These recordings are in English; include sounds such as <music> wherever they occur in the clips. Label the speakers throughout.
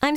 Speaker 1: I'm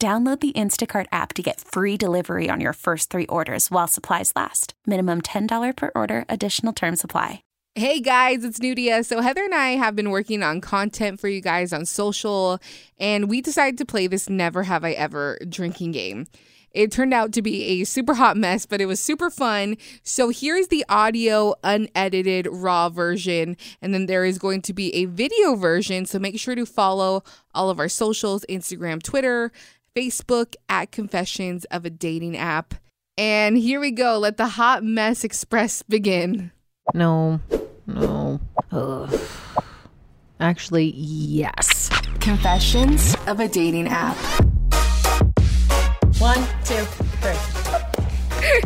Speaker 2: Download the Instacart app to get free delivery on your first three orders while supplies last. Minimum $10 per order, additional term supply.
Speaker 3: Hey guys, it's Nudia. So Heather and I have been working on content for you guys on social, and we decided to play this Never Have I Ever drinking game. It turned out to be a super hot mess, but it was super fun. So here is the audio, unedited, raw version, and then there is going to be a video version. So make sure to follow all of our socials Instagram, Twitter, Facebook at Confessions of a Dating App. And here we go. Let the hot mess express begin.
Speaker 4: No, no. Ugh. Actually, yes.
Speaker 5: Confessions of a Dating App.
Speaker 6: One, two, three.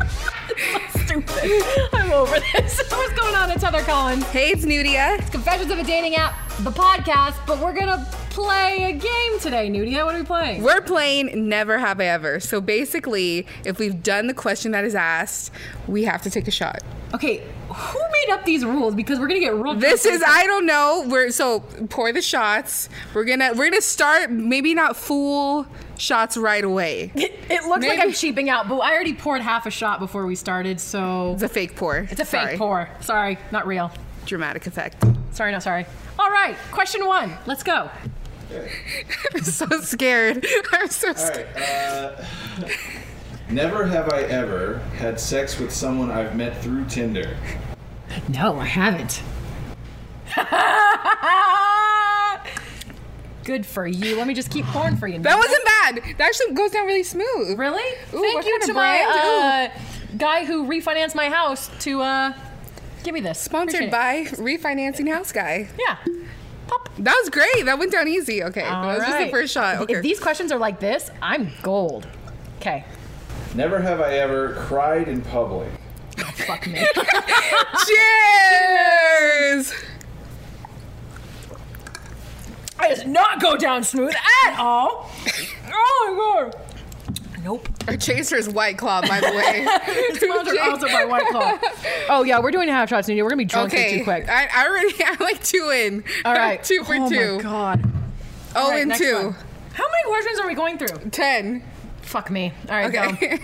Speaker 6: Stupid. I'm over this. What's going on? It's Heather Collins.
Speaker 3: Hey, it's Nudia.
Speaker 6: It's Confessions of a Dating App, the podcast, but we're gonna play a game today, Nudia. What are we playing?
Speaker 3: We're playing Never Have I Ever. So basically, if we've done the question that is asked, we have to take a shot.
Speaker 6: Okay, who made up these rules? Because we're gonna get real.
Speaker 3: This is I don't know. We're so pour the shots. We're gonna we're gonna start maybe not full shots right away. It's
Speaker 6: It looks like
Speaker 3: Maybe-
Speaker 6: I'm cheaping out, but I already poured half a shot before we started, so
Speaker 3: a fake pour.
Speaker 6: it's a fake pour. Sorry, not real.
Speaker 3: Dramatic effect. <laughs>
Speaker 6: Sorry, not sorry. All right, question one. Let's go.
Speaker 3: I'm so scared. <laughs> I'm so scared.
Speaker 7: Alright, uh, never have I ever had sex with someone I've met through Tinder.
Speaker 6: No, I haven't. <laughs> Good for you. Let me just keep pouring for you.
Speaker 3: That wasn't bad. That actually goes down really smooth.
Speaker 6: Really?
Speaker 3: Ooh,
Speaker 6: Thank
Speaker 3: what
Speaker 6: you
Speaker 3: kind
Speaker 6: to
Speaker 3: of
Speaker 6: my
Speaker 3: brand?
Speaker 6: uh, guy who refinanced my house to uh, give me this.
Speaker 3: Sponsored
Speaker 6: Appreciate it.
Speaker 3: by Refinancing House Guy.
Speaker 6: Yeah. Pop.
Speaker 3: That was great. That went down easy. Okay. that was just the
Speaker 6: Alright.
Speaker 3: first shot. Okay.
Speaker 6: If these questions are like this, I'm gold. Okay.
Speaker 7: Never have I ever cried in public.
Speaker 6: Fuck me.
Speaker 3: <laughs> Cheers!
Speaker 6: I does not go down smooth at <laughs> all. Oh my god. Nope.
Speaker 3: Our chaser is White Claw, by the
Speaker 6: <laughs>
Speaker 3: way. <laughs>
Speaker 6: Sponsored also by White Claw. <laughs> Oh yeah, we're doing half shots, Nudia. We're gonna be drunk way
Speaker 3: okay.
Speaker 6: too quick.
Speaker 3: I, I already, <laughs> I'm like two in. <laughs>
Speaker 6: All right.
Speaker 3: two for
Speaker 6: oh
Speaker 3: two.
Speaker 6: my god.
Speaker 3: Oh,
Speaker 6: All right,
Speaker 3: and
Speaker 6: next
Speaker 3: two.
Speaker 6: one. How many questions are we going through?
Speaker 3: Ten.
Speaker 6: Fuck me. All right, go.
Speaker 3: Okay.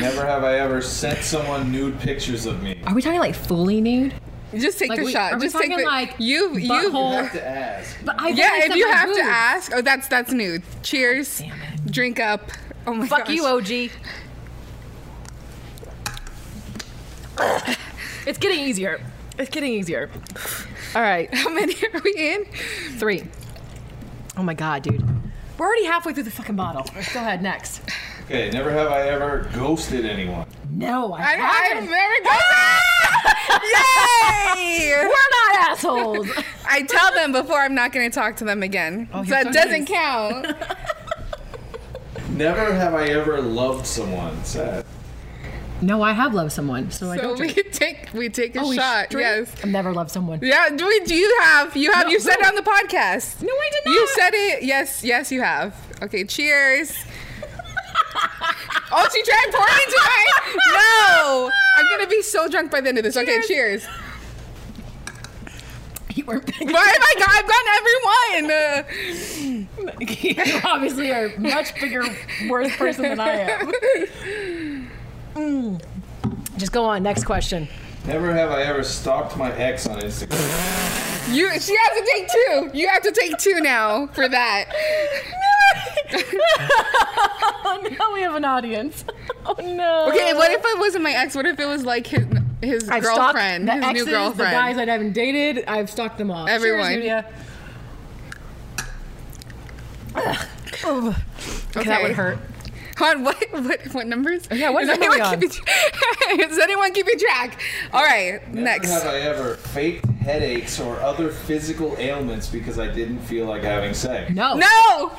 Speaker 7: Never have I ever sent someone nude pictures of me.
Speaker 6: Are we talking like fully nude?
Speaker 3: <laughs> just take
Speaker 6: Like,
Speaker 3: the
Speaker 6: we-
Speaker 3: shot.
Speaker 6: are we
Speaker 3: just take
Speaker 6: talking,
Speaker 3: the
Speaker 6: like,
Speaker 3: you you
Speaker 7: You
Speaker 6: butthole?
Speaker 7: have to ask.
Speaker 6: But I
Speaker 3: Yeah,
Speaker 6: only
Speaker 3: if
Speaker 6: said
Speaker 3: you
Speaker 6: my
Speaker 3: have to
Speaker 6: boobs.
Speaker 3: ask. Oh, that's that's nude. Cheers.
Speaker 6: Oh, Damn it.
Speaker 3: Drink up. Oh my
Speaker 6: Fuck you,
Speaker 3: gosh.
Speaker 6: OG. it's getting easier. It's getting easier. All right,
Speaker 3: <laughs> How many are we in?
Speaker 6: three. Oh my god, dude. We're already halfway through the fucking bottle. Go ahead, next.
Speaker 7: Okay, never have I ever ghosted anyone.
Speaker 6: No, I,
Speaker 3: I, I've
Speaker 6: haven't.
Speaker 3: never
Speaker 6: <laughs>
Speaker 3: ghosted. Yay!
Speaker 6: We're not assholes.
Speaker 3: I tell them before I'm not going to talk to them again. so
Speaker 6: Oh, you're
Speaker 3: it
Speaker 6: so
Speaker 3: doesn't
Speaker 6: nice. <laughs>
Speaker 3: count.
Speaker 7: Never have I ever loved someone. Sad.
Speaker 6: <laughs> no, I have loved someone, so, I
Speaker 3: So
Speaker 6: don't
Speaker 3: we <laughs>
Speaker 6: drink. Oh,
Speaker 3: take we take a
Speaker 6: we
Speaker 3: shot.
Speaker 6: drink?
Speaker 3: Yes.
Speaker 6: I've never loved someone.
Speaker 3: Yeah. Do we? Do you have? You have?
Speaker 6: No,
Speaker 3: you said
Speaker 6: no.
Speaker 3: it on the podcast.
Speaker 6: No, I did
Speaker 3: You
Speaker 6: not.
Speaker 3: said it. Yes. Yes, you have. Okay. Cheers. oh, she drank pour it into mine. No, I'm gonna be so drunk by the end of this. Okay. Cheers.
Speaker 6: <laughs> You were big.
Speaker 3: Why have I got? I've gotten everyone. Uh,
Speaker 6: <laughs> you obviously are a much bigger, worse person than I
Speaker 3: <laughs>
Speaker 6: am. Mm. Just go on. Next question.
Speaker 7: Never have I ever stalked my ex on Instagram.
Speaker 3: You, she has to take two. You have to take two now for that.
Speaker 6: <laughs> Oh no! an audience. <laughs> Oh no.
Speaker 3: Okay, what if it wasn't my ex? What if it was like his, his
Speaker 6: I've stalked
Speaker 3: girlfriend,
Speaker 6: the
Speaker 3: his
Speaker 6: exes,
Speaker 3: new
Speaker 6: the
Speaker 3: girlfriend?
Speaker 6: guys that I haven't dated? I've stalked them all.
Speaker 3: Everyone.
Speaker 6: Cheers, Yulia.
Speaker 3: okay.
Speaker 6: That would hurt.
Speaker 3: Hon, what what what numbers?
Speaker 6: Yeah, what
Speaker 3: is
Speaker 6: number
Speaker 3: anyone
Speaker 6: are we
Speaker 3: keeping tra- <laughs> Is anyone keeping track? All right,
Speaker 7: Never
Speaker 3: next.
Speaker 7: have I ever faked headaches or other physical ailments because I didn't feel like having sex.
Speaker 6: No.
Speaker 3: No.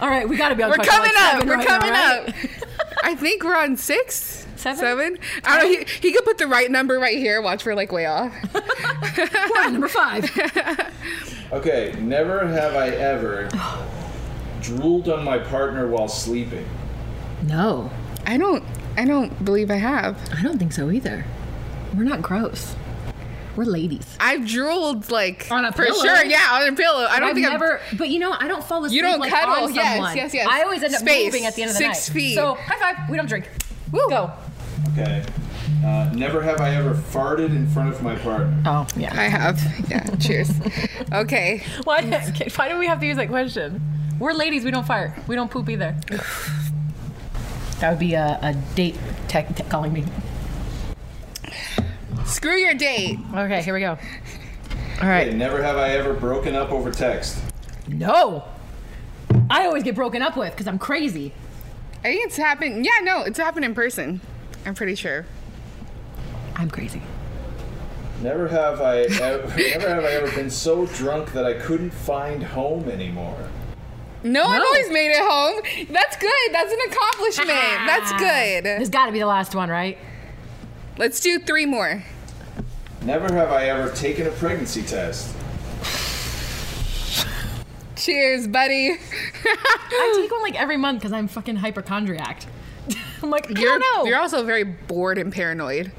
Speaker 6: All right, we gotta be
Speaker 3: <laughs>
Speaker 6: on
Speaker 3: We're
Speaker 6: question,
Speaker 3: coming
Speaker 6: Ah! like,
Speaker 3: up.
Speaker 6: seven
Speaker 3: We're
Speaker 6: right now,
Speaker 3: coming
Speaker 6: right?
Speaker 3: up. <laughs> I think we're on six,
Speaker 6: Seven?
Speaker 3: seven. I don't know. He, he could put the right number right here. Watch, we're like way off.
Speaker 6: Yeah, number five.
Speaker 3: <laughs>
Speaker 7: Okay, never have I ever drooled on my partner while sleeping.
Speaker 4: No,
Speaker 3: I don't. I don't believe I have.
Speaker 4: I don't think so either. We're not gross. We're ladies.
Speaker 3: I've drooled like
Speaker 6: On a
Speaker 3: for
Speaker 6: pillow?
Speaker 3: sure. Yeah, on a pillow. I don't
Speaker 4: I've
Speaker 3: think I've-
Speaker 4: never, but you know, I don't fall asleep.
Speaker 3: You don't
Speaker 4: like,
Speaker 3: cuddle.
Speaker 4: on
Speaker 3: Yes,
Speaker 4: someone.
Speaker 3: yes, yes.
Speaker 6: I always end up
Speaker 3: Space,
Speaker 6: moving at the end of the night.
Speaker 3: six feet.
Speaker 6: So high five. We don't drink.
Speaker 3: Woo.
Speaker 6: Go.
Speaker 7: Okay. Uh, never have I ever farted in front of my partner.
Speaker 6: Oh yeah.
Speaker 3: I have. Yeah. Cheers. Okay.
Speaker 6: <laughs> Why? did- Why do we have to use that question? We're ladies. We don't fart. We don't poop either. <sighs> That would be a, a date tech, tech calling me.
Speaker 3: Screw your date.
Speaker 6: Okay, here we go.
Speaker 7: Okay, never have I ever broken up over text.
Speaker 6: No. I always get broken up with because I'm crazy.
Speaker 3: I think it's happened. Yeah. No, it's happened in person. I'm pretty sure.
Speaker 6: I'm crazy.
Speaker 7: Never have I ever, <laughs> never have I ever been so drunk that I couldn't find home anymore.
Speaker 3: No, I've
Speaker 6: No.
Speaker 3: always made it home. That's good. That's an accomplishment.
Speaker 6: Ah.
Speaker 3: That's
Speaker 6: This
Speaker 3: good.
Speaker 6: got to be the last one, right?
Speaker 3: Let's do three more.
Speaker 7: Never have I ever taken a pregnancy test.
Speaker 3: Cheers, buddy.
Speaker 6: I take one like every month because I'm fucking hypochondriac. <laughs> I'm like, I
Speaker 3: You're,
Speaker 6: don't know.
Speaker 3: you're also very bored and paranoid.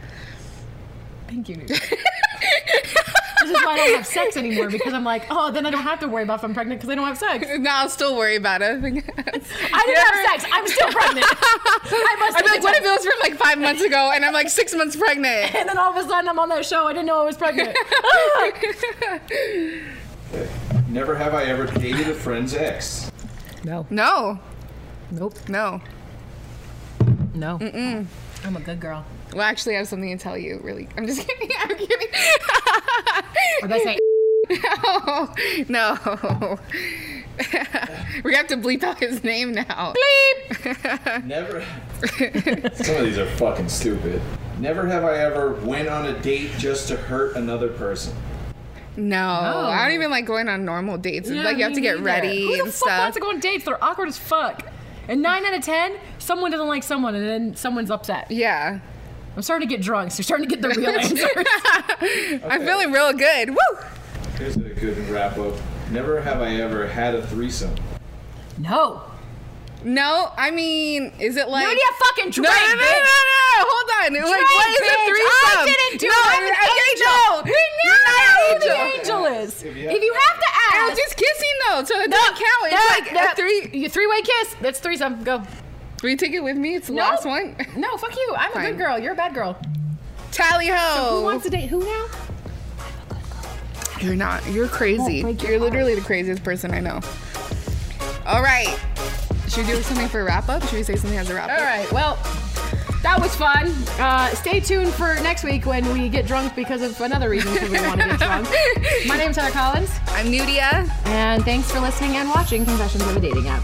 Speaker 6: Thank you. Newt. this is why I don't have sex anymore because I'm like, oh, then I don't have to worry about if I'm pregnant because I don't have sex.
Speaker 3: No, I'll still worry about it. <laughs> I didn't
Speaker 6: I didn't have sex. I'm still <laughs> pregnant. I must.
Speaker 3: I'd be
Speaker 6: take
Speaker 3: like,
Speaker 6: a
Speaker 3: what if
Speaker 6: test.
Speaker 3: it was from like five months ago and I'm like six months pregnant?
Speaker 6: And then all of a sudden, I'm on that show. I didn't know I was pregnant.
Speaker 7: Never have I ever dated a friend's ex.
Speaker 6: no.
Speaker 3: No,
Speaker 6: Nope.
Speaker 3: no.
Speaker 6: <laughs> No. I'm a good girl.
Speaker 3: Well, actually, I have something to tell you, really. I'm just <laughs> kidding. I'm kidding.
Speaker 6: Or did I say?
Speaker 3: no. No. <laughs> we have to bleep out his name now.
Speaker 7: Never. <laughs> Some of these are fucking stupid. Never have I ever went on a date just to hurt another person.
Speaker 3: No,
Speaker 6: Oh.
Speaker 3: I don't even like going on normal dates. It's like you have to get ready
Speaker 6: Who the
Speaker 3: and
Speaker 6: fuck
Speaker 3: stuff.
Speaker 6: wants to go on dates? They're awkward as fuck. And nine out of ten, someone doesn't like someone, and then someone's upset.
Speaker 3: yeah.
Speaker 6: I'm starting to get drunk, so you're starting to get
Speaker 3: <laughs>
Speaker 6: the real answer.
Speaker 3: I'm feeling real good. Woo!
Speaker 7: Here's a good wrap up. Never have I ever had a threesome.
Speaker 6: No.
Speaker 3: No, I mean, is it like.
Speaker 6: You need a fucking
Speaker 3: no,
Speaker 6: drink,
Speaker 3: no, no, no, no,
Speaker 6: bitch.
Speaker 3: no, hold on. Like,
Speaker 6: Drink,
Speaker 3: what is
Speaker 6: bitch.
Speaker 3: a threesome?
Speaker 6: I didn't do
Speaker 3: no,
Speaker 6: it. I'm an
Speaker 3: I'm an angel.
Speaker 6: You
Speaker 3: You're
Speaker 6: know
Speaker 3: not an
Speaker 6: who
Speaker 3: angel.
Speaker 6: the angel is. If
Speaker 7: you
Speaker 6: you,
Speaker 7: have-
Speaker 6: have to ask.
Speaker 3: I was just kissing though, so it doesn't count. It's like a three.
Speaker 6: You three-way kiss. That's threesome. Go.
Speaker 3: Will you take it with me? It's the last one.
Speaker 6: No, fuck you. I'm a
Speaker 3: Fine.
Speaker 6: good girl. You're a bad girl.
Speaker 3: Tally ho.
Speaker 6: Who wants to date who now?
Speaker 3: You're not. You're crazy. You're literally the craziest person I know. All right. Should we do something for a wrap up? Should we say something as a wrap up?
Speaker 6: All right. Well, that was fun. Uh, stay tuned for next week when we get drunk because of another reason because we want to get <laughs> drunk. My name's Heather Collins,
Speaker 3: <laughs> I'm Nudia.
Speaker 6: and thanks for listening and watching Confessions of a Dating App.